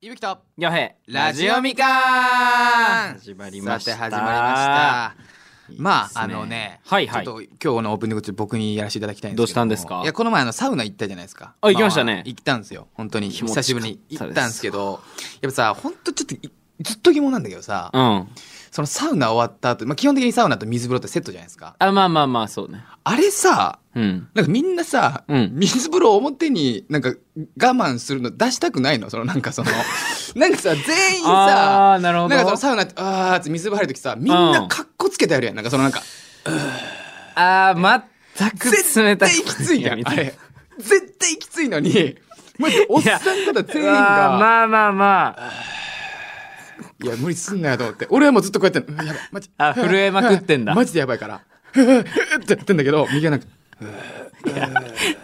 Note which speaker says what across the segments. Speaker 1: いぶきと
Speaker 2: よへ
Speaker 1: ラジオみかん
Speaker 2: 始まりました
Speaker 1: さて始まりましたまあ
Speaker 2: いいっすね
Speaker 1: あのね
Speaker 2: はいはい
Speaker 1: ちょっと今日のオープニング中僕にやらせていただきたいんですけども
Speaker 2: どうしたんですか
Speaker 1: いやこの前あのサウナ行ったじゃないですか
Speaker 2: あ行きましたね
Speaker 1: 行ったんですよ本当に
Speaker 2: 気持ち
Speaker 1: 久しぶりに
Speaker 2: よか
Speaker 1: 行っ
Speaker 2: ったです
Speaker 1: たんですけどやっぱさ本当ちょっといずっと疑問なんだけどさ、
Speaker 2: うん
Speaker 1: そのサウナ終わった後、まあ、基本的にサウナと水風呂ってセットじゃないですか
Speaker 2: あまあまあまあそうね
Speaker 1: あれさ
Speaker 2: うん
Speaker 1: なんかみんなさ、
Speaker 2: うん
Speaker 1: 水風呂を表になんか我慢するの出したくないのそのなんかそ のなんかさ全員さ
Speaker 2: あーなるほど
Speaker 1: なんかそのサウナってあーって水風呂入る時さみんなカッコつけてやるやんなんかそのなんか
Speaker 2: あー全く 冷
Speaker 1: 絶
Speaker 2: たい
Speaker 1: 対きついや
Speaker 2: い
Speaker 1: ん
Speaker 2: や
Speaker 1: あれ絶対きついのにマジでおっさん方全員
Speaker 2: あー
Speaker 1: が
Speaker 2: まあまあまあ
Speaker 1: いや無理すんなよと思って俺はもうずっとこうやってうんやばいマジ
Speaker 2: あ震えまくってんだ
Speaker 1: マジでやばいからふふふってやってんだけど右はなんか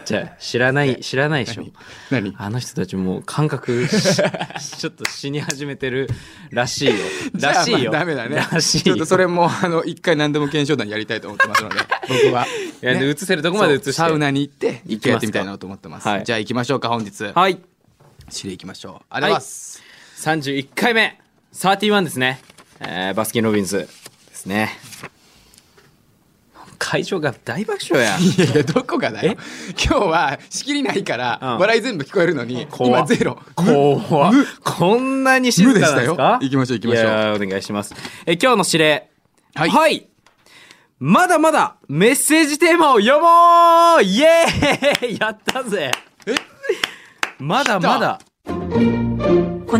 Speaker 2: じゃあ知らない知らないでしょ
Speaker 1: 何
Speaker 2: あの人たちもう感覚 ちょっと死に始めてるらしいよ
Speaker 1: じゃあ
Speaker 2: らしいよ
Speaker 1: まあダメだね
Speaker 2: らしい
Speaker 1: ちょっ
Speaker 2: よ
Speaker 1: とそれもあの一回何でも検証団やりたいと思ってますの で僕はい
Speaker 2: やで
Speaker 1: ね
Speaker 2: 映せるとこまで映して
Speaker 1: サウナに行って一
Speaker 2: 行きますか
Speaker 1: 回やってみたいなと思ってます
Speaker 2: はい
Speaker 1: じゃあ行きましょうか本日
Speaker 2: はい
Speaker 1: 知り行きましょうありがとうございます
Speaker 2: 31回目31ですね、えーバスキン・ロビンズですね会場が大爆 笑や
Speaker 1: いやいやどこがだよ今日は仕切りないから、
Speaker 2: うん
Speaker 1: 笑い全部聞こえるのに
Speaker 2: 怖
Speaker 1: 今
Speaker 2: っ
Speaker 1: ゼロ
Speaker 2: 怖っこんなに静かなんです
Speaker 1: 無
Speaker 2: か
Speaker 1: でしたよ行きましょう行きましょう
Speaker 2: いやーお願いしますえー今日の指令
Speaker 1: はい
Speaker 2: まだまだメッセージテーマを読もうイエーイ やったぜ
Speaker 1: え
Speaker 2: まだまだ
Speaker 3: こ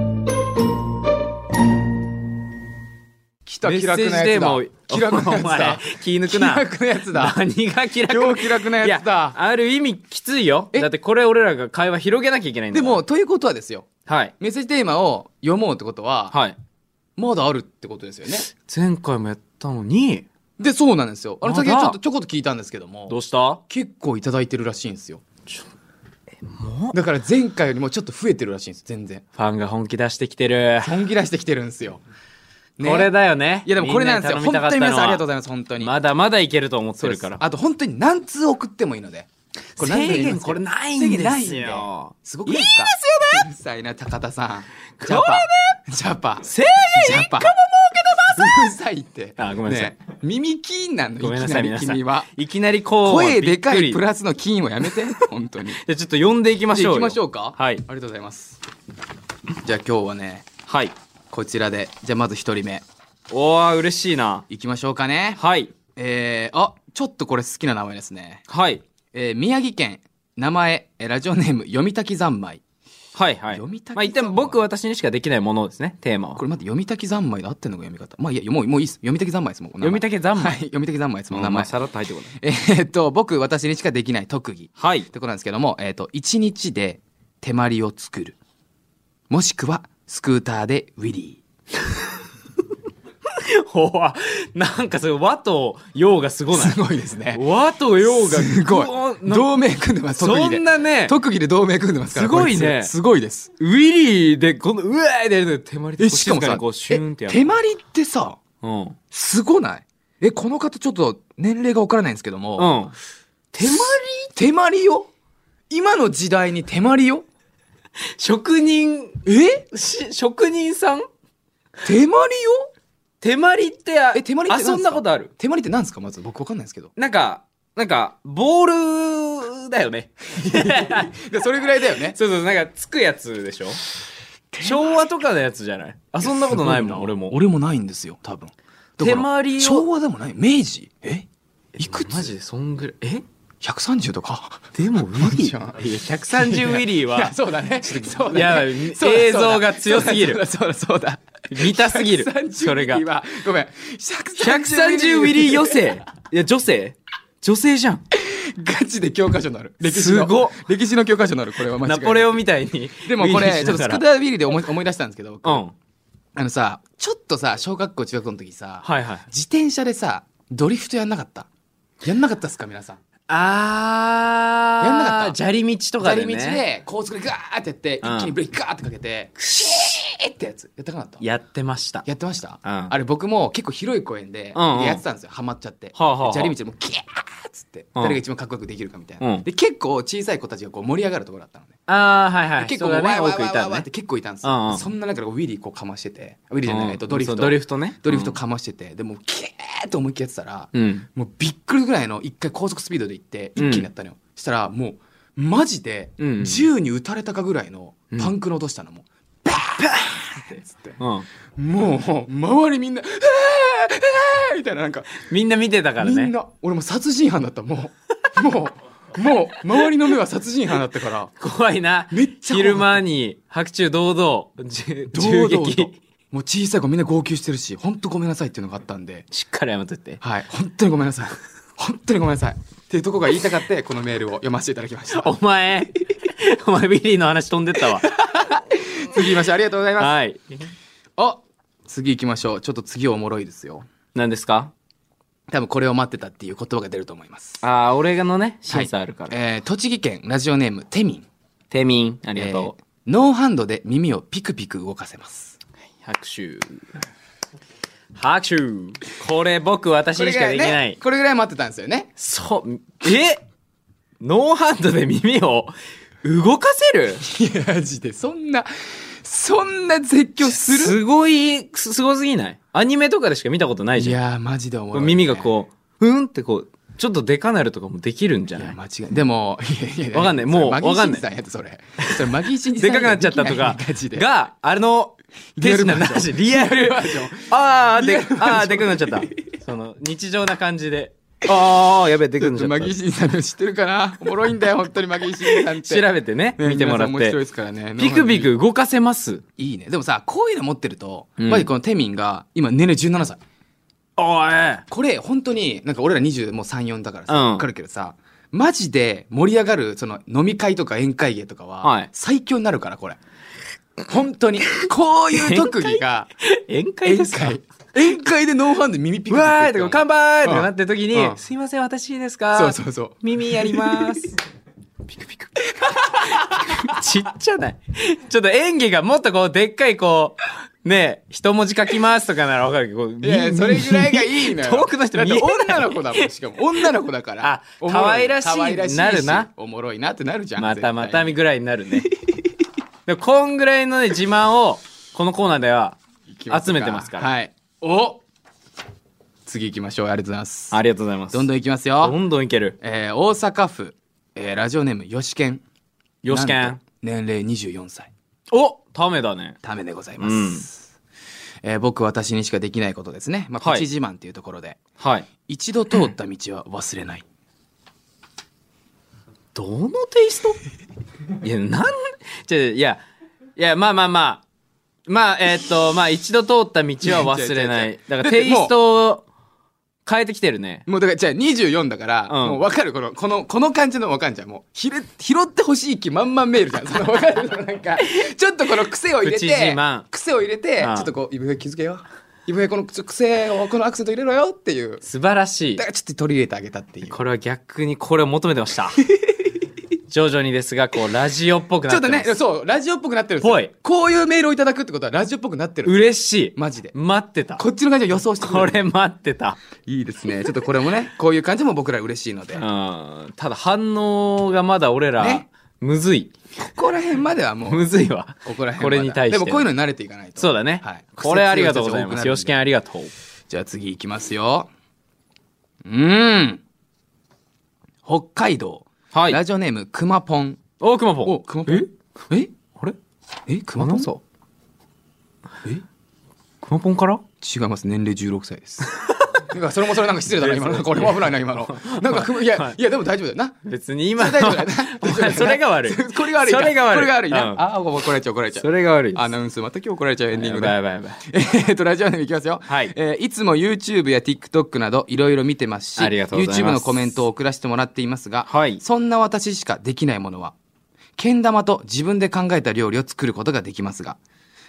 Speaker 1: 来た
Speaker 2: メッ
Speaker 1: 気
Speaker 2: セー
Speaker 1: 楽
Speaker 2: ジ
Speaker 1: な
Speaker 2: テ
Speaker 1: やつ
Speaker 2: ーマを
Speaker 1: だ気楽なやつ
Speaker 2: お前
Speaker 1: だ
Speaker 2: 気抜
Speaker 1: 気
Speaker 2: くな
Speaker 1: 楽なやつだ
Speaker 2: 何が気楽
Speaker 1: 今日気楽ないや
Speaker 2: や
Speaker 1: つだ
Speaker 2: ある意味きついよだってこれ俺らが会話広げなきゃいけないんだ
Speaker 1: で
Speaker 2: から
Speaker 1: もということはですよ
Speaker 2: はい
Speaker 1: メッセージテーマを読もうってことは、
Speaker 2: はい
Speaker 1: まだあるってことですよね
Speaker 2: 前回もやったのに
Speaker 1: でそうなんですよあの
Speaker 2: まだ
Speaker 1: 先ほどちょっとちょこっと聞いたんですけども
Speaker 2: どうした
Speaker 1: 結構いただいてるらしいんですよだから前回よりもちょっと増えてるらしいんです全然
Speaker 2: ファンが本気出してきてる、
Speaker 1: 本気出してきてるんですよ、ね
Speaker 2: これだよね
Speaker 1: いやでもこれなんですよ。
Speaker 2: み
Speaker 1: 本
Speaker 2: な
Speaker 1: 当に
Speaker 2: 頼み
Speaker 1: 皆
Speaker 2: た
Speaker 1: さんありがとうござ
Speaker 2: かったのは
Speaker 1: います。本当に。
Speaker 2: まだまだいけると思ってるから
Speaker 1: あと本当に何通送ってもいいので。何通
Speaker 2: 制
Speaker 1: でもいいん
Speaker 2: 限
Speaker 1: す
Speaker 2: こ
Speaker 1: け
Speaker 2: れ
Speaker 1: ど
Speaker 2: ないん
Speaker 1: 制限な
Speaker 2: で
Speaker 1: いん
Speaker 2: すよ
Speaker 1: すごくないですかいいですよねうるさいな、高田さん。
Speaker 2: れね
Speaker 1: ジャパ。ジャパ。
Speaker 2: 制
Speaker 1: ジャパ。もうるさいって。
Speaker 2: あごめんなさい
Speaker 1: ね耳キーンなんの、
Speaker 2: 限ごめん
Speaker 1: い
Speaker 2: な
Speaker 1: き
Speaker 2: さ
Speaker 1: ないり
Speaker 2: 皆さん
Speaker 1: 君は。
Speaker 2: いきなりこう
Speaker 1: 声でか
Speaker 2: び
Speaker 1: い
Speaker 2: っくり
Speaker 1: プラスのキーンをやめて。本当に。
Speaker 2: じゃあちょっと呼んでいきましょう
Speaker 1: 行きましょ
Speaker 2: う
Speaker 1: うか。
Speaker 2: はい
Speaker 1: ありがとうございます。じゃあ今日はね、
Speaker 2: はい
Speaker 1: こちらで。じゃあまず一人目。
Speaker 2: おー嬉しいな
Speaker 1: 行きましょうかね。
Speaker 2: はい
Speaker 1: えー、あ、ちょっとこれ好きな名前ですね。
Speaker 2: はい
Speaker 1: えー宮城県名前えーラジオネーム読み滝三昧
Speaker 2: はいはい
Speaker 1: 読みたく
Speaker 2: まあ一旦僕私にしかできないものですねテーマは
Speaker 1: これ待って読み滝三昧で合ってんのか読み方まあいいやもうもういいです読み滝三昧ですもんお名前
Speaker 2: 読みたけざんま
Speaker 1: はい読み滝三昧ですもんお名
Speaker 2: ま
Speaker 1: 前
Speaker 2: あさらっと入ってこない
Speaker 1: えーっと僕私にしかできない特技っ
Speaker 2: はい
Speaker 1: てことなんですけどもえーっと一日で手まりを作るもしくはスクーターでウィリ
Speaker 2: ほわ、なんかそれ和と洋が すご
Speaker 1: ー
Speaker 2: ない
Speaker 1: す。ごいですね
Speaker 2: 和と洋が
Speaker 1: すごい同盟組んでます特技
Speaker 2: そ
Speaker 1: で
Speaker 2: んなね、
Speaker 1: 特技で同盟組んでますから
Speaker 2: すごいね
Speaker 1: こつすごいです
Speaker 2: ウィリーでこのうわーでで手まりで
Speaker 1: え
Speaker 2: こう
Speaker 1: しかも
Speaker 2: 静か
Speaker 1: さ
Speaker 2: にこうシューン
Speaker 1: え
Speaker 2: ってや
Speaker 1: 手
Speaker 2: る。
Speaker 1: まりってさ
Speaker 2: うん。うん。
Speaker 1: すごないえ、この方ちょっと年齢がわからないんですけども、手まり手まりよ今の時代に手まりよ
Speaker 2: 職人
Speaker 1: え
Speaker 2: し職人さん
Speaker 1: 手まりよ
Speaker 2: 手まりってあ
Speaker 1: え手まりってなんすか
Speaker 2: 遊んだことある？
Speaker 1: 手まりって何ですかまず僕わかんないんですけど。
Speaker 2: なんかなんかボールだよね。
Speaker 1: それぐらいだよね。
Speaker 2: そうそうなんかつくやつでしょ。昭和とかのやつじゃない？遊んだことないもん俺も。
Speaker 1: 俺もないんですよ、多分。だから
Speaker 2: 手まりを
Speaker 1: 昭和でもない明治えいく
Speaker 2: マ
Speaker 1: つ
Speaker 2: ジでそんぐらいえ？
Speaker 1: ?130 とか。
Speaker 2: でもウィ
Speaker 1: じゃん
Speaker 2: いや130ウィリー
Speaker 1: い
Speaker 2: は
Speaker 1: やそうだね。そう
Speaker 2: いや
Speaker 1: だねそうだ
Speaker 2: 映像が強すぎる
Speaker 1: そうだそうだそうだ。
Speaker 2: 見たすぎる
Speaker 1: 130
Speaker 2: それが
Speaker 1: ミリは。ごめん。
Speaker 2: 130ウィリー予選いや女性女性じゃん
Speaker 1: ガチで教科書になる。歴史の。
Speaker 2: すごっ
Speaker 1: 歴史の教科書になる、これは間違いな
Speaker 2: ナ
Speaker 1: い。
Speaker 2: ポレオンみたいに
Speaker 1: でもこ
Speaker 2: ウィリー
Speaker 1: れ、
Speaker 2: し
Speaker 1: ちょっと
Speaker 2: なが
Speaker 1: ス
Speaker 2: ら
Speaker 1: クダービリで思い思い出したんですけど、僕
Speaker 2: うん
Speaker 1: あのさ、ちょっとさ、小学校、中学校の時さ、
Speaker 2: はいはい
Speaker 1: 自転車でさ、ドリフトやんなかったやんなかったっすか、皆さん。
Speaker 2: あー。
Speaker 1: やんなかった
Speaker 2: 砂利道と
Speaker 1: 砂
Speaker 2: か
Speaker 1: 利
Speaker 2: で
Speaker 1: 道
Speaker 2: ね。
Speaker 1: で高速でガーってやって、
Speaker 2: うん
Speaker 1: 一気にブレーキガーってかけて、クシーってやつ。やったかなかった
Speaker 2: やってました。
Speaker 1: やってました、
Speaker 2: うん
Speaker 1: あれ僕も結構広い公園で
Speaker 2: うんうん
Speaker 1: やってたんですよ、ハマっちゃって、
Speaker 2: はあはあはあ
Speaker 1: 砂利道でもうキャーっつって、
Speaker 2: うん
Speaker 1: 誰が一番かっこよくできるかみたいな、
Speaker 2: うん
Speaker 1: で結構小さい子たちがこう盛り上がるところだったのね、
Speaker 2: あー、はいはい。
Speaker 1: 結構
Speaker 2: 人
Speaker 1: も
Speaker 2: が
Speaker 1: うわ
Speaker 2: ね、
Speaker 1: ーわ
Speaker 2: 多
Speaker 1: ー
Speaker 2: くい
Speaker 1: わー
Speaker 2: た
Speaker 1: わー
Speaker 2: ね
Speaker 1: って。結構いたんですよ、
Speaker 2: うんうん
Speaker 1: そんな中でウィリーこうかましててウィリーじゃない、えっと
Speaker 2: うん
Speaker 1: ドリフ
Speaker 2: そう
Speaker 1: ト
Speaker 2: ドリフトね。
Speaker 1: ドリフトかましてて、でもうキャーって思いっきりやってたら、
Speaker 2: うん。
Speaker 1: もうびっくりぐらいの一回高速スピードで行って
Speaker 2: うん
Speaker 1: 一気にやったのよ、したらもうマジで
Speaker 2: うん
Speaker 1: 銃に撃たれたかぐらいのパンクの音したのもう、バーンってつって
Speaker 2: うん。
Speaker 1: もう周りみんな「えーえー!」みたいななんか
Speaker 2: みんな見てたから
Speaker 1: み
Speaker 2: ね。
Speaker 1: んな俺もう殺人犯だったもうもうもう周りの目は殺人犯だったから
Speaker 2: 怖いな。
Speaker 1: めっちゃ怖い
Speaker 2: 昼間に白昼堂々、銃
Speaker 1: 堂々
Speaker 2: 銃
Speaker 1: と
Speaker 2: 撃。
Speaker 1: もう小さい子みんな号泣してるし本当ごめんなさいっていうのがあったんで
Speaker 2: しっかり謝っといて。
Speaker 1: はい本当にごめんなさい本当にごめんなさいっていうとこが言いたかってこのメールを読ませていただきました
Speaker 2: お前、お前ビリーの話飛んでっ たわ。
Speaker 1: 次行きましょうありがとうございます
Speaker 2: はい。
Speaker 1: あ次行きましょうちょっと次おもろいですよ
Speaker 2: 何ですか
Speaker 1: 多分これを待ってたっていう言葉が出ると思います
Speaker 2: あー、俺がのね、審査あるか
Speaker 1: は
Speaker 2: ら。
Speaker 1: いえー栃木県ラジオネームてみん
Speaker 2: てみん、ありがと
Speaker 1: えーノーハンドで耳をピクピク動かせます
Speaker 2: う。拍手。拍手。これ僕、私にしかできない。
Speaker 1: これぐらい待ってたんですよね
Speaker 2: そう、えノーハンドで耳を動かせる
Speaker 1: いやマジでそんなそんな絶叫する
Speaker 2: すごい、すすごすぎないアニメとかでしか見たことない
Speaker 1: い
Speaker 2: じゃん。
Speaker 1: やーマジで思う、
Speaker 2: 耳がこう、うんってこう、ちょっとデカなるとかもできるんじゃ
Speaker 1: いや
Speaker 2: ない
Speaker 1: 間違いでもいやいや
Speaker 2: わかんないもう
Speaker 1: それ
Speaker 2: わかんない
Speaker 1: マギー審司さんやってそれそれマギー審司さ
Speaker 2: で
Speaker 1: ん
Speaker 2: かくなっちゃったとか
Speaker 1: ができないマジで、
Speaker 2: が、あれの、
Speaker 1: リア
Speaker 2: 手
Speaker 1: ル
Speaker 2: 品
Speaker 1: バー
Speaker 2: な
Speaker 1: ジョン
Speaker 2: し、リアル。
Speaker 1: バージョン
Speaker 2: あー、で、あー、でかくなっちゃった。その、日常な感じで。あー、やべえ、で
Speaker 1: ち
Speaker 2: かく
Speaker 1: ょ
Speaker 2: な
Speaker 1: っ
Speaker 2: っ
Speaker 1: とマ
Speaker 2: ちゃっ
Speaker 1: ギー
Speaker 2: た。
Speaker 1: 審司さんの知ってるかなおもろいんだよ本当にマギー審司さん って
Speaker 2: 調べてね、
Speaker 1: ね
Speaker 2: 見てもらっ
Speaker 1: 皆さん面白いで
Speaker 2: て。
Speaker 1: すからね
Speaker 2: ピクピク動かせます。
Speaker 1: いいねでもさこういうの持ってると、
Speaker 2: うん
Speaker 1: マジこのテミンが今年齢17歳
Speaker 2: おい。
Speaker 1: これ本当になんか俺ら234だからさ、
Speaker 2: うん
Speaker 1: わかるけどさマジで盛り上がるその飲み会とか宴会芸とか
Speaker 2: は
Speaker 1: はい最強になるからこれ本当にこういう特技が
Speaker 2: 宴会
Speaker 1: 宴
Speaker 2: ですか
Speaker 1: 会宴会でノーハンドで耳ピクピ
Speaker 2: う
Speaker 1: ク
Speaker 2: わー
Speaker 1: って
Speaker 2: いと
Speaker 1: や
Speaker 2: か、
Speaker 1: った
Speaker 2: 乾
Speaker 1: の
Speaker 2: 杯とかなってる時に、
Speaker 1: うん
Speaker 2: すいません、私ですか
Speaker 1: そうそうそう
Speaker 2: 耳やり ます。ピクピク。ちっちゃない。ちょっと演技がもっとこう、でっかいこう、ねえ、一文字書きますとかならわかるけど、こう
Speaker 1: いやいやそれぐらいがいいのよ
Speaker 2: 遠くの人
Speaker 1: だって
Speaker 2: 見えない
Speaker 1: 女の子だもんしかも女の子だから
Speaker 2: あ
Speaker 1: おもろ
Speaker 2: 可愛らしい
Speaker 1: 可愛し
Speaker 2: なるな
Speaker 1: おもろいなってなるじゃん
Speaker 2: またま
Speaker 1: 絶
Speaker 2: た
Speaker 1: 対
Speaker 2: みぐらいにな るね。でもこんぐらいのね、自慢を、このコーナーでは、
Speaker 1: 行きます
Speaker 2: 集めてますから
Speaker 1: はいお次行きましょうありがとうございます
Speaker 2: ありがとうございます。
Speaker 1: どんど
Speaker 2: ん、
Speaker 1: ん行きます
Speaker 2: ど
Speaker 1: よ、
Speaker 2: んどんいける。
Speaker 1: えー、大阪府、えー、ラジオネームよしけん
Speaker 2: よしけ
Speaker 1: なん
Speaker 2: ん
Speaker 1: と。年齢24歳
Speaker 2: おためだね。
Speaker 1: ためでございます、えー僕私にしかできないことですね、まあ、
Speaker 2: はい
Speaker 1: 口自慢っていうところで、
Speaker 2: はい。
Speaker 1: 一度通った道は忘れない
Speaker 2: どのテイストいや、なん、じゃいや、いや、まあまあまあ。まあ、えーっと、まあ一度通った道は忘れな
Speaker 1: 違う違う違う
Speaker 2: い。だからテイストを変えてきてるね。
Speaker 1: もうだからじゃあ24だから、
Speaker 2: うん
Speaker 1: もう分かるこのこのこの感じの分かんじゃんもうひれ拾ってほしい気満々メールじ ゃんその分かるそのなんかちょっとこの癖を入れ
Speaker 2: 口自
Speaker 1: て
Speaker 2: 慢
Speaker 1: 癖を入れて、
Speaker 2: うん
Speaker 1: ちょっとこうイブヘ気づけよイブヘこのちょ癖をこのアクセント入れろよっていう
Speaker 2: 素晴らしい
Speaker 1: だか。らちょっと取り入れてあげたっていう
Speaker 2: これは逆にこれを求めてました。 徐々にですが、こう、ラジオっぽく
Speaker 1: ち
Speaker 2: な
Speaker 1: ょ
Speaker 2: っ
Speaker 1: ってと
Speaker 2: ま
Speaker 1: ね
Speaker 2: す。
Speaker 1: そうラジオっぽくなってるんですよ
Speaker 2: ぽい
Speaker 1: こういうメールをいただくってことはラジオっぽくなってる
Speaker 2: 嬉しい。
Speaker 1: マジで
Speaker 2: 待ってた。
Speaker 1: こ
Speaker 2: こ
Speaker 1: っちの感じを予想してくれる
Speaker 2: れ待ってた。
Speaker 1: いいですねちょっとこれもねこういう感じも僕ら嬉しいので、
Speaker 2: う
Speaker 1: こ
Speaker 2: ん。ただ反応がまだ俺ら、
Speaker 1: ね
Speaker 2: むずい。
Speaker 1: こら辺まではもう
Speaker 2: むずい わ。
Speaker 1: ここら辺まで
Speaker 2: これに対して。
Speaker 1: でもこういうのに慣れていかないと
Speaker 2: そうだね。
Speaker 1: はい
Speaker 2: これありがとうござい
Speaker 1: 癖強人たちが多くな
Speaker 2: ます。
Speaker 1: るんで
Speaker 2: よしけんありがとう。
Speaker 1: じゃあ次行きますよ。うーん。北海道。
Speaker 2: はい
Speaker 1: ラジオネーム、くまぽん。
Speaker 2: お、くまぽん。
Speaker 1: くまぽん。ええ
Speaker 2: あれ
Speaker 1: えくまぽん違
Speaker 2: えくまぽんから
Speaker 1: います。年齢16歳 です。なんかそれもそれなんか失礼だな、今の。これも危ないな、今の。なんかくま、いや、いや、でも大丈夫だよな。
Speaker 2: 別に今
Speaker 1: それ大丈夫
Speaker 2: の
Speaker 1: だよな。
Speaker 2: お前それ が悪い。
Speaker 1: これが悪いな。
Speaker 2: それが悪い。
Speaker 1: これが悪いな。
Speaker 2: うん
Speaker 1: あー、怒られちゃう、怒られちゃ。
Speaker 2: そうれが悪いです。
Speaker 1: アナウンス、また今日怒られちゃうエンディン
Speaker 2: や
Speaker 1: グ
Speaker 2: ば
Speaker 1: で
Speaker 2: いや。ばいやばい。
Speaker 1: えっと、ラジオネームいきますよ。
Speaker 2: はい
Speaker 1: えーいつも YouTube や TikTok などいろいろ見てますし、
Speaker 2: ありがとうござい
Speaker 1: YouTube
Speaker 2: ます
Speaker 1: のコメントを送らせてもらっていますが、
Speaker 2: はい
Speaker 1: そんな私しかできないものは、けん玉と自分で考えた料理を作ることができますが、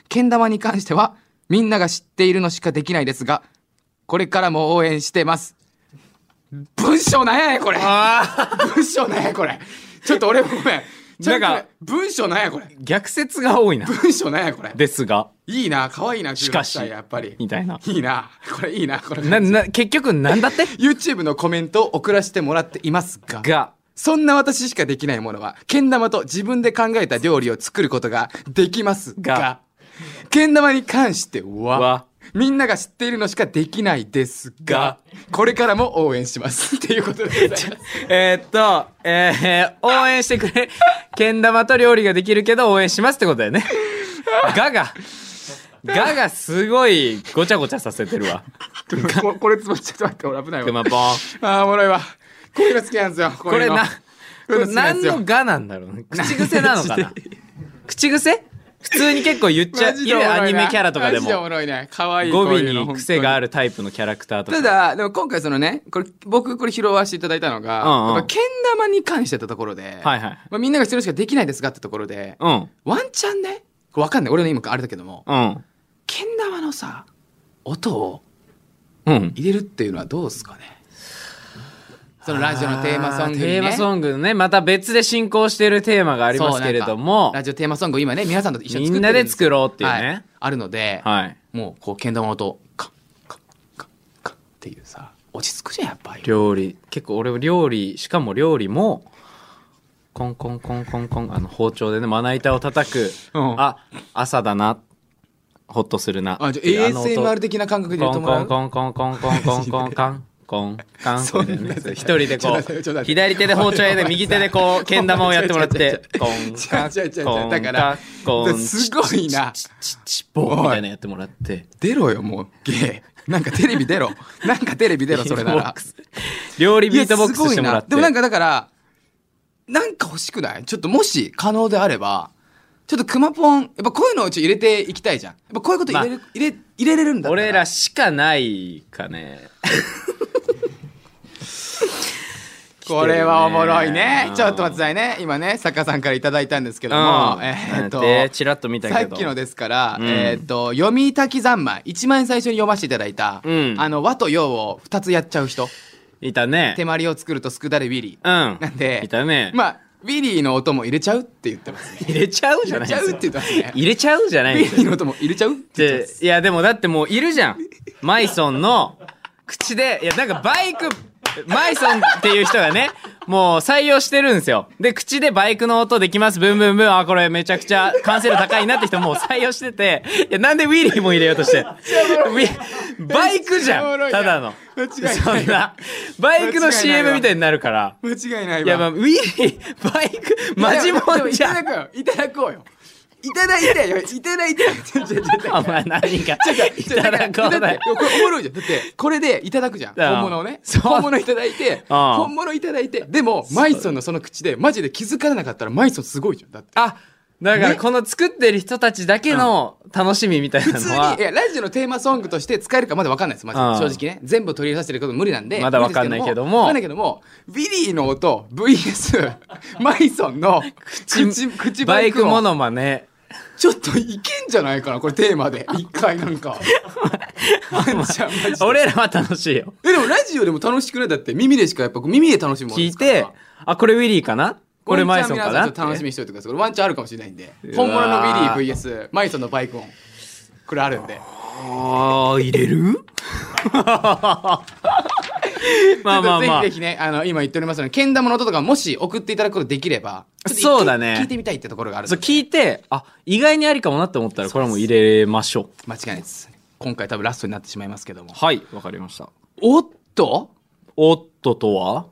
Speaker 1: けん玉に関しては、みんなが知っているのしかできないですが、これからも応援してます。文章なんやねんこれ
Speaker 2: ああ
Speaker 1: 文章なんやこれちょっと俺もごめんちょっと
Speaker 2: なんか
Speaker 1: 文章なんやこれ
Speaker 2: 逆説が多いな
Speaker 1: 文章なんやこれ
Speaker 2: ですが
Speaker 1: いいな可愛いな
Speaker 2: しかし
Speaker 1: 18歳やっぱり
Speaker 2: みたいない
Speaker 1: いなこれいいなこれ
Speaker 2: なな結局なんだって
Speaker 1: YouTube のコメントを送らせてもらっていますが
Speaker 2: が
Speaker 1: そんな私しかできないものは、けん玉と自分で考えた料理を作ることができますが
Speaker 2: が、
Speaker 1: けん玉に関しては、
Speaker 2: わ
Speaker 1: みんなが知っているのしかできないですが
Speaker 2: が、
Speaker 1: これからも応援します。っていうことでございます。
Speaker 2: えーっと、えー応援してくれ。けん玉と料理ができるけど応援しますってことだよね。ガが、ガがすごいごちゃごちゃさせてるわ。
Speaker 1: ここれつまっちゃって待って、俺危ない
Speaker 2: く
Speaker 1: わ。
Speaker 2: まぽん。
Speaker 1: ああ、おもろいわ。こういうの好きなんですよ。こ
Speaker 2: これな、こ
Speaker 1: こういうの
Speaker 2: れ
Speaker 1: 好きなん
Speaker 2: 何
Speaker 1: ですよ
Speaker 2: の。ガなんだろうね口癖なのかな口癖普通に結構言っちゃ
Speaker 1: マ
Speaker 2: う、
Speaker 1: ジ
Speaker 2: い
Speaker 1: でおもろ
Speaker 2: る
Speaker 1: いな
Speaker 2: アニメキャラとかで
Speaker 1: マジでお
Speaker 2: も。
Speaker 1: もろいね。可愛い
Speaker 2: 語
Speaker 1: こう
Speaker 2: 尾
Speaker 1: いうの
Speaker 2: に癖があ
Speaker 1: る。
Speaker 2: るタイプのキャラクターと
Speaker 1: た
Speaker 2: か。
Speaker 1: だ、でも今回そのね、これ、僕、これ拾わせていただいたのが、
Speaker 2: うんうん
Speaker 1: やっぱ、けん玉に関してたところで、
Speaker 2: はいはい。
Speaker 1: まあ、みんながしてるしかできないですがってところで、
Speaker 2: うん。
Speaker 1: ワンチャンね、これわかんない。俺の今あれだけども、
Speaker 2: うん。
Speaker 1: けん玉のさ、音を
Speaker 2: うん。
Speaker 1: 入れるっていうのはどうですかねそのラジオのテーマソングに、ね。
Speaker 2: テーマソングね、また別で進行しているテーマがありますけれど
Speaker 1: そうな
Speaker 2: も
Speaker 1: んか。ラジオテーマソングを今ね、皆さんと一緒に作ってる
Speaker 2: みんなで作ろうっていうね
Speaker 1: はあるので、
Speaker 2: はい。
Speaker 1: もうこう、けん玉の音、カン、カン、カン、カンっていうさ、落ち着くじゃん、やっぱり。
Speaker 2: 料理。結構俺料理、しかも料理も、コンコンコンコンコン、あの包丁でね、まな板を叩く。
Speaker 1: うん
Speaker 2: あ、朝だな。ほっとするな。
Speaker 1: あ、じゃ
Speaker 2: っていう
Speaker 1: あ
Speaker 2: あの音
Speaker 1: ASMR 的な感覚で言う
Speaker 2: コ
Speaker 1: と
Speaker 2: ン
Speaker 1: もら
Speaker 2: コ
Speaker 1: う
Speaker 2: ンコンコンコンコンコンコンコン。コンカン
Speaker 1: そんな
Speaker 2: みたいなね一人
Speaker 1: ちょ
Speaker 2: でこ
Speaker 1: っと待ってちょっと
Speaker 2: う
Speaker 1: 待って
Speaker 2: 左手で包丁やで右手でこうけん玉をやってもらって
Speaker 1: ちょ
Speaker 2: コ
Speaker 1: ち
Speaker 2: ン
Speaker 1: ょちょ
Speaker 2: カン
Speaker 1: ちょちょちょ
Speaker 2: コン
Speaker 1: だから
Speaker 2: カンコン
Speaker 1: すごいな
Speaker 2: チッチッチッボーみたいなのやってもらって
Speaker 1: 出ろよ、もう、ゲー。 なんかテレビ出ろ。なんかテレビ出ろ、それな
Speaker 2: ビートボッ
Speaker 1: ら
Speaker 2: ク。ス料理
Speaker 1: い
Speaker 2: ビ
Speaker 1: や
Speaker 2: ートボックスしてもらっ
Speaker 1: すごいな
Speaker 2: て
Speaker 1: でもなんかだから、なんか欲しくないちょっともし可能であれば、ちょっとくまポン、やっぱこういうのをちょっと入れていきたいじゃん。やっぱこういうこと入れる、入れ、入れれるんだったら。
Speaker 2: 俺らしかないかね。
Speaker 1: これはおもろいね。
Speaker 2: 来てるね
Speaker 1: ちょっと待ってくださいね。今ね、作家さんからいただいたんですけども、えーっと、
Speaker 2: で、チラッと見た
Speaker 1: さ
Speaker 2: け
Speaker 1: っ
Speaker 2: ど。
Speaker 1: きのですから、
Speaker 2: うん
Speaker 1: えーっと、読み炊き三昧、一番最初に読ませていただいた、
Speaker 2: うん
Speaker 1: あの、和と洋を二つやっちゃう人、
Speaker 2: いたね。
Speaker 1: 手まりを作るとすくだれウィリー。
Speaker 2: うん。
Speaker 1: なんで
Speaker 2: いたね。
Speaker 1: まあ、ウィリーの音も入れちゃうって言ってますね。
Speaker 2: 入れちゃうじ
Speaker 1: 入
Speaker 2: ゃ
Speaker 1: れ
Speaker 2: ない
Speaker 1: ち
Speaker 2: で
Speaker 1: ゃう
Speaker 2: す
Speaker 1: っ
Speaker 2: か
Speaker 1: て言ってますね。
Speaker 2: 入れちゃうじゃない
Speaker 1: ビ
Speaker 2: で
Speaker 1: ーリ
Speaker 2: す
Speaker 1: ー
Speaker 2: か
Speaker 1: の音も入れちゃうって言ってま
Speaker 2: ですいや、でもだってもういるじゃん。マイソンの口で、いや、なんかバイク、マイソンっていう人がね、もう採用してるんですよ。で、口でバイクの音できます、ブンブンブン、あ、これめちゃくちゃ完成度高いなって人もう採用してて、いや、なんでウィリーも入れようとして。ウィバイクじ
Speaker 1: めっちゃおも
Speaker 2: ゃ
Speaker 1: ろ
Speaker 2: ん
Speaker 1: い
Speaker 2: ただの。
Speaker 1: 間違い
Speaker 2: そ
Speaker 1: ない
Speaker 2: んな、バイクの
Speaker 1: 間違いない
Speaker 2: CM
Speaker 1: わ
Speaker 2: みたいになるから。
Speaker 1: 間違いない
Speaker 2: いや、まあ、
Speaker 1: わ。
Speaker 2: ウィリー、バイク、マジもんじゃ
Speaker 1: いた
Speaker 2: ん。
Speaker 1: だこうよ。いただこうよ。いただいてよ。いただ いてよ。ちょちょちょちょ
Speaker 2: お前何か、い
Speaker 1: ちょ
Speaker 2: ただこうだよ。
Speaker 1: これおもろいじゃん。だって、これでいただくじゃん。
Speaker 2: うん
Speaker 1: 本物をね。
Speaker 2: そう
Speaker 1: 本物いただいて、
Speaker 2: うん
Speaker 1: 本物いただいて。でも、マイソンのその口で、マジで気づかなかったらマイソンすごいじゃん。だって。
Speaker 2: あ、だか
Speaker 1: ね
Speaker 2: らこの作ってる人たちだけの楽しみみたい
Speaker 1: 普
Speaker 2: な
Speaker 1: 通
Speaker 2: の
Speaker 1: に、い
Speaker 2: は、
Speaker 1: や、ラジオのテーマソングとして使えるかまだわかんないです、マジで。
Speaker 2: うん
Speaker 1: 正直ね。全部取り入れさせてること無理なんで。
Speaker 2: まだわかんないけども
Speaker 1: わかんないけども、ビリーの音、VS、マイソンの口、口、口
Speaker 2: バ
Speaker 1: バ
Speaker 2: イ
Speaker 1: イ
Speaker 2: ク
Speaker 1: ク
Speaker 2: モ
Speaker 1: もの。
Speaker 2: ノマネ。
Speaker 1: ちょっといけんじゃないかな、これテーマで。一回なんか。ワンちゃんマジで
Speaker 2: 俺らは楽しいよ。
Speaker 1: え、でもラジオでも楽しくないだって、耳でしかやっぱ耳で楽しむもの
Speaker 2: 聞
Speaker 1: で
Speaker 2: い
Speaker 1: すから
Speaker 2: て、あ、これウィリーかなこれマイソンか
Speaker 1: ワ
Speaker 2: な
Speaker 1: ンチャン皆さんちょっと楽しみにしておいてください。これワンチャンあるかもしれないんで。
Speaker 2: うわー
Speaker 1: 本物のビリー VS、マイソンのバイク音。これあるんで。
Speaker 2: あー、入 れるまあまあまあ
Speaker 1: ぜひ。ぜひね、あの、今言っておりますので、けん玉の音とかもし送っていただくことできれば、ちょっと一回
Speaker 2: そうだね
Speaker 1: 聞いてみたいってところがあるの
Speaker 2: そ
Speaker 1: で
Speaker 2: う聞いて、あ、意外にありかもなって思ったら、これはもう入れましょう。
Speaker 1: 間違いないです。今回多分ラストになってしまいますけども。
Speaker 2: はい、わかりました。
Speaker 1: おっと
Speaker 2: おっととは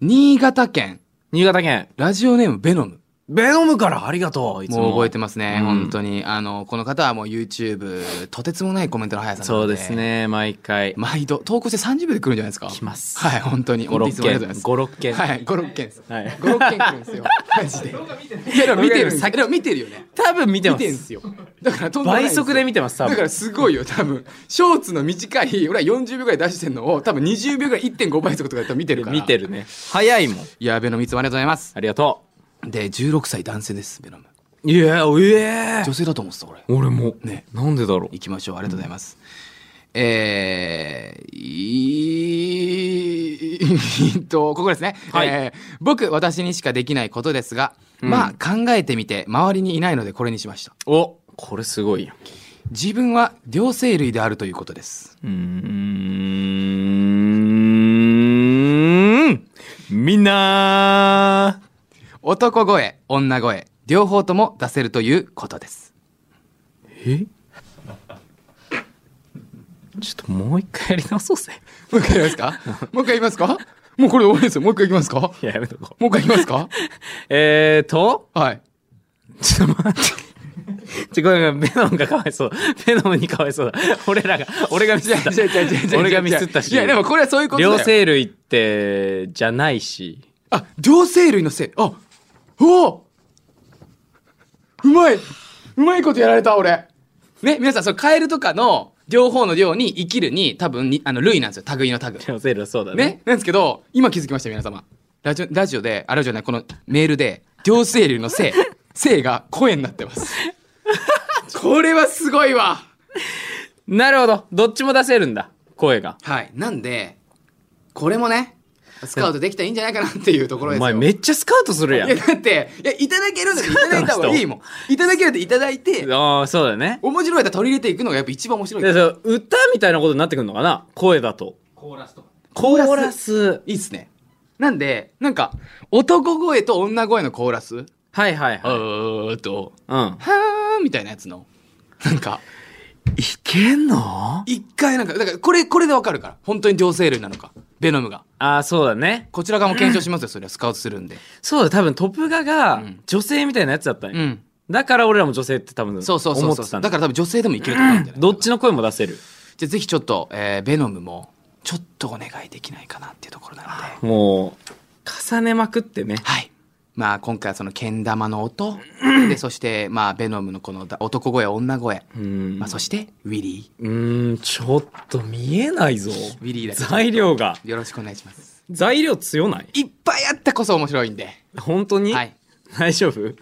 Speaker 1: 新潟県、
Speaker 2: 新潟県。
Speaker 1: ラジオネームベノム。
Speaker 2: ベノムからありがとう、いつも。
Speaker 1: もう覚えてますね、
Speaker 2: うん
Speaker 1: 本当に。あの、この方はもう YouTube、とてつもないコメントの速さな
Speaker 2: そ
Speaker 1: の
Speaker 2: う
Speaker 1: で。
Speaker 2: です。ね、毎回。
Speaker 1: 毎度、投稿して30秒で来るんじゃないですか。
Speaker 2: 来ます
Speaker 1: はい、本当に。
Speaker 2: 5、
Speaker 1: 本当にいつもありがとうございま
Speaker 2: 6件。
Speaker 1: す
Speaker 2: 5、6件。
Speaker 1: はい、5、6件です。
Speaker 2: はい
Speaker 1: 5、6件来るんです よ。マジで。いや、でも見てるんですよ。でも見てるよね。
Speaker 2: 多分見て
Speaker 1: 見
Speaker 2: ます。
Speaker 1: てんすよ。だからとんでもないん
Speaker 2: 倍
Speaker 1: すよ
Speaker 2: 速で見てます、多
Speaker 1: だか
Speaker 2: 分
Speaker 1: ら。すごいよ、多分。ショーツの短い、俺は40秒ぐらい出してんのを、多分20秒ぐらい1.5倍速とかで多分見てるから。
Speaker 2: 見て
Speaker 1: る。
Speaker 2: るね。早いもん。
Speaker 1: いや、ベノムいつもありがとうございます。
Speaker 2: ありがと
Speaker 1: で、16歳男性です、ベノム。
Speaker 2: う。いや、ええ
Speaker 1: 女性だと思ってた、俺。
Speaker 2: 俺も。
Speaker 1: ね
Speaker 2: なんでだろう。
Speaker 1: 行きましょう。ありがとうございます。えー、いーっと、ここですね。
Speaker 2: はい
Speaker 1: えー僕、私にしかできないことですが、まあ考えてみて、周りにいないのでこれにしました。
Speaker 2: おこれすごいやん
Speaker 1: 自分は両生類であるということです。
Speaker 2: うーんみんな
Speaker 1: 男声、女声、両方とも出せるということです。
Speaker 2: えちょっともう一回やり直そうぜ
Speaker 1: もう一回やりますかもう一回言いますかもうこれで終わりですよ。もう一回いきますかもう
Speaker 2: やめとこう
Speaker 1: 一回いきますか
Speaker 2: えーと
Speaker 1: はい。
Speaker 2: ちょっと待ってちょごめんごめんベノンがかわいそうベノンにかわいそうだ俺らが俺がミスった
Speaker 1: 違う違う違う違う違う
Speaker 2: 俺がミスったし
Speaker 1: いや、でもこれはそういうことだよ。
Speaker 2: 両生類ってじゃないし
Speaker 1: あ、両生類のせい。あ、おおうまいうまいことやられた、俺。ね、皆さん、そのカエルとかの両方の量に生きるに、多分に、あの、類なんですよ。類の類。
Speaker 2: 両生類はそうだね
Speaker 1: ね、なんですけど、今気づきました、皆様。ラジオ、ラジオで、あれじゃない、このメールで、両生類の せい、せいが声になってます。これはすごいわ
Speaker 2: なるほどどっちも出せるんだ声が
Speaker 1: はい。なんで、これもね、スカウトできたらいいんじゃないかなっていうところ
Speaker 2: お
Speaker 1: ですよ。
Speaker 2: 前めっちゃスカウトするやん
Speaker 1: いや、だって、いや、いただけるん だからいただいた方がいいもん。いただけるっていただいて、
Speaker 2: ああそうだよね
Speaker 1: 面白い歌取り入れていくのがやっぱ一番面白いか
Speaker 2: で
Speaker 1: ら。
Speaker 2: そう歌みたいなことになってくるのかな声だと
Speaker 1: コ
Speaker 2: コ
Speaker 1: ーラス
Speaker 2: ーラス
Speaker 1: いいっすね。なんで、なんか、男声と女声のコーラス、
Speaker 2: はいはいは
Speaker 1: あ
Speaker 2: い
Speaker 1: ーと、
Speaker 2: うん
Speaker 1: はーみたいなやつの、なんか、
Speaker 2: いけんの
Speaker 1: 一回なんか、だからこれ、これでわかるから。本当に両生類なのか。ベノムが。
Speaker 2: ああそうだね
Speaker 1: こちら側も検証しますよ、それは。スカウトするんで。
Speaker 2: そうだ多分トップガが
Speaker 1: ん
Speaker 2: 女性みたいなやつだったね、
Speaker 1: うん。
Speaker 2: だから俺らも女性って多分
Speaker 1: そうそうそ
Speaker 2: 思
Speaker 1: う
Speaker 2: っ
Speaker 1: そう
Speaker 2: てたん
Speaker 1: だ
Speaker 2: だ
Speaker 1: から多分女性でもいけると思うんじゃない
Speaker 2: どっちの声も出せる
Speaker 1: じゃあぜひちょっと、えーベノムも、ちょっとお願いできないかなっていうところなんで。
Speaker 2: もう重ねまくってね
Speaker 1: はい。まあ今回はそのけん玉の音、で、そしてまあベノムのこの男声、女声、
Speaker 2: うん
Speaker 1: まあそしてウィリ
Speaker 2: うーんちょっと見えないぞ
Speaker 1: ー。ウィリーだけ
Speaker 2: 材料が
Speaker 1: よろしくお願いします。
Speaker 2: 材料強ない
Speaker 1: いっぱいあってこそ面白いんで。
Speaker 2: 本当に、
Speaker 1: はい。
Speaker 2: 大丈夫い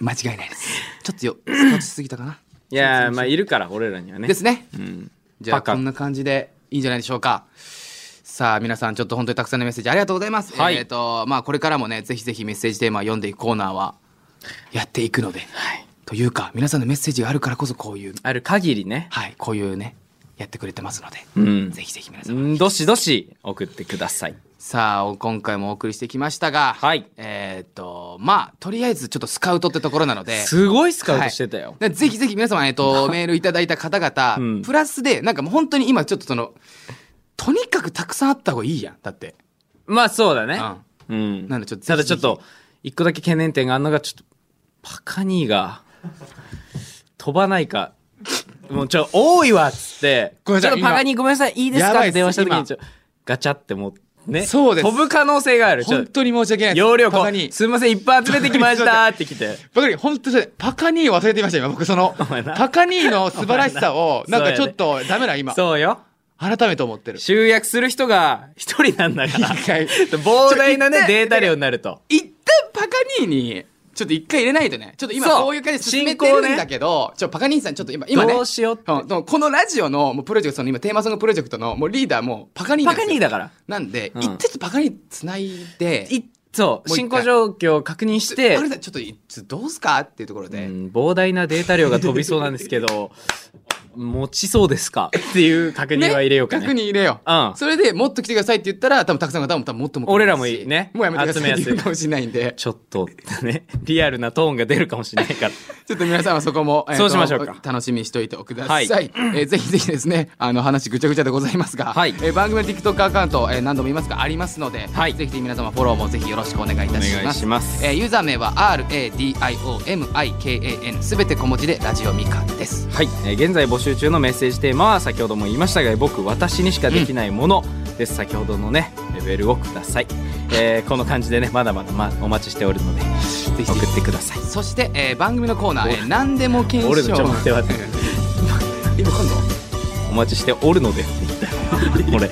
Speaker 1: 間違いないです。ちょっと よ、スカウトしすぎたかな。
Speaker 2: やーまあいるから俺らにはね
Speaker 1: ですね。
Speaker 2: うん
Speaker 1: じゃあ
Speaker 2: パカ
Speaker 1: こんな感じでいいんじゃないでしょうか。さあ皆さんちょっと本当にたくさんのメッセージありがとうございます。
Speaker 2: はい
Speaker 1: えっ、とまあこれからもねぜひぜひメッセージテーマを読んでいくコーナーはやっていくので、というか皆さんのメッセージがあるからこそこういう
Speaker 2: ある限りね
Speaker 1: はいこういうねやってくれてますので、
Speaker 2: うん
Speaker 1: ぜひぜひ皆さ、
Speaker 2: うんんどしどし送ってください
Speaker 1: さあお今回もお送りしてきましたが、
Speaker 2: はい
Speaker 1: えっ、とまあとりあえずちょっとスカウトってところなので。
Speaker 2: すごいスカウトしてたよ、
Speaker 1: はいぜひぜひ皆様、えっ と、メールいただいた方々、
Speaker 2: うん
Speaker 1: プラスで、なんかもう本当に今ちょっとその、とにかくたくさんあった方がいいやん。だって。
Speaker 2: まあそうだね
Speaker 1: う
Speaker 2: うん
Speaker 1: なんでちょっと
Speaker 2: た
Speaker 1: ぜ
Speaker 2: だ
Speaker 1: ひ
Speaker 2: ちょ
Speaker 1: ぜひ
Speaker 2: っと一個だけ懸念点があるのがちょっとパカニーが飛ばないかもうちょ多いわっつって
Speaker 1: ごめんなさい
Speaker 2: ちょっとパカニーごめんなさいいいです
Speaker 1: やば
Speaker 2: かっ
Speaker 1: いっす
Speaker 2: て電話した時
Speaker 1: 今
Speaker 2: にちょガチャってもうね
Speaker 1: そうです
Speaker 2: 飛ぶ可能性があるちょっ
Speaker 1: 本
Speaker 2: と
Speaker 1: 当に申し訳ないです。
Speaker 2: 容量
Speaker 1: パ
Speaker 2: こ
Speaker 1: カ
Speaker 2: う
Speaker 1: に。
Speaker 2: すいませんいっぱい集めてきましたって来て
Speaker 1: パカに、本当にそれ、パカに忘れていました、今。僕そ の、
Speaker 2: 前な
Speaker 1: パカにの素晴らしさを、
Speaker 2: お前
Speaker 1: なん
Speaker 2: な
Speaker 1: かちょっと、ダメだ、今。
Speaker 2: そうよ
Speaker 1: 改めて思ってる。
Speaker 2: 集約する人が一人なんだから
Speaker 1: 一回
Speaker 2: 膨大な
Speaker 1: ちょ一回
Speaker 2: ねデータ量になると
Speaker 1: 一旦パカニーに、ちょっと一回入れないとね、ちょっと今
Speaker 2: そう
Speaker 1: こういう感じで進めてるんだけど、ちょ、パカニーさんちょっと今、今ね、
Speaker 2: どうしようって
Speaker 1: んでもこのラジオのもうプロジェクト、その今テーマソングプロジェクトのもうリーダーもうパカニーな
Speaker 2: パ
Speaker 1: んで
Speaker 2: カ
Speaker 1: すよ
Speaker 2: ニーだから
Speaker 1: なんで、
Speaker 2: うん
Speaker 1: 一定ちょっとパカニー繋いで、
Speaker 2: いそう
Speaker 1: もう一回
Speaker 2: 進行状況を確認して
Speaker 1: パカニーさんちょっといつどうすかっていうところで、
Speaker 2: うん膨大なデータ量が飛びそうなんですけど持ちそうですかっていう確認は入れようかね
Speaker 1: 確認入れよう。
Speaker 2: うん
Speaker 1: それで、もっと来てくださいって言ったら、多分たくさんの方も多分もっとも来てくれるし
Speaker 2: 俺らもね
Speaker 1: もうやめてくださいって
Speaker 2: 集めやすい
Speaker 1: 言うかもしれないんで、
Speaker 2: ちょっとねリアルなトーンが出るかもしれないから
Speaker 1: ちょっと皆さんはそこも、えーと
Speaker 2: そうしましょうか
Speaker 1: 楽しみにしておいておください。
Speaker 2: は
Speaker 1: えーぜひぜひですね、あの話ぐちゃぐちゃでございますが、
Speaker 2: はい
Speaker 1: えー番組の TikTok アカウント、えー何度も言いますがありますので、
Speaker 2: はい
Speaker 1: ぜひぜひ皆様フォローもぜひよろしくお願いいたし
Speaker 2: お願
Speaker 1: ま
Speaker 2: い
Speaker 1: す。
Speaker 2: します
Speaker 1: えーユーザー名は RADIOMIKAN すべて小文字でラジオみかんです。
Speaker 2: はい、えー現在募集中のメッセージテーマは先ほども言いましたが僕私にしかできないものです、先ほどのねレベルをください、えーこの感じでねまだまだ、ま、お待ちしておるので
Speaker 1: ぜひぜ
Speaker 2: 送
Speaker 1: ひ
Speaker 2: ってください
Speaker 1: そして、えー番組のコーナー、えー何でも検証。
Speaker 2: 俺のちょっと待って待って
Speaker 1: 今今度
Speaker 2: お待ちしておるの でって言った俺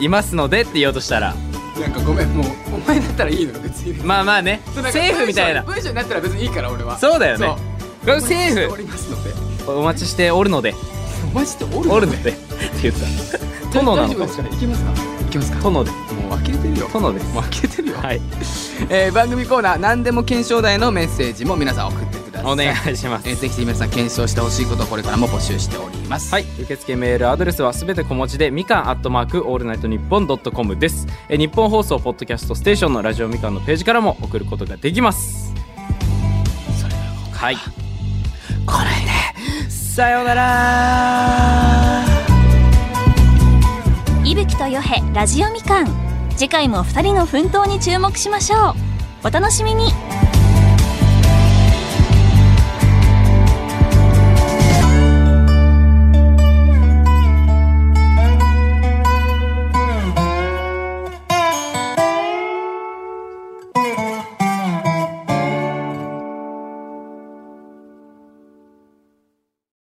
Speaker 2: いますのでって言おうとしたら
Speaker 1: なんかごめんもうお前だったらいいのよ別に
Speaker 2: まあまあね
Speaker 1: そうなんか
Speaker 2: 政府みたいな
Speaker 1: 文章文章になったら別にいいから俺は
Speaker 2: そうだよね
Speaker 1: そう
Speaker 2: これ政
Speaker 1: お
Speaker 2: 府
Speaker 1: りますので
Speaker 2: お待ちしておるので
Speaker 1: マジでおる
Speaker 2: おる
Speaker 1: の
Speaker 2: のでって言った
Speaker 1: 大
Speaker 2: 殿なの
Speaker 1: 丈夫で
Speaker 2: かも
Speaker 1: す
Speaker 2: し
Speaker 1: か
Speaker 2: れ
Speaker 1: いけますか
Speaker 2: ない
Speaker 1: きますか
Speaker 2: 殿で
Speaker 1: もう呆れてるよ
Speaker 2: 殿です
Speaker 1: もう呆れてるよ、
Speaker 2: はい
Speaker 1: えー番組コーナー何でも検証台のメッセージも皆さん送ってください
Speaker 2: お願いします
Speaker 1: えーぜひぜひ皆さん検証してほしいことをこれからも募集しております
Speaker 2: はい受付メールアドレスはすべて小文字でみかんアットマークオールナイトニッポンドットコムですえー日本放送ポッドキャストステーションのラジオみかんのページからも送ることができます
Speaker 1: それでは
Speaker 2: はい
Speaker 1: これで
Speaker 2: さようなら
Speaker 3: 伊吹とよへラジオみかん次回も2人の奮闘に注目しましょうお楽しみに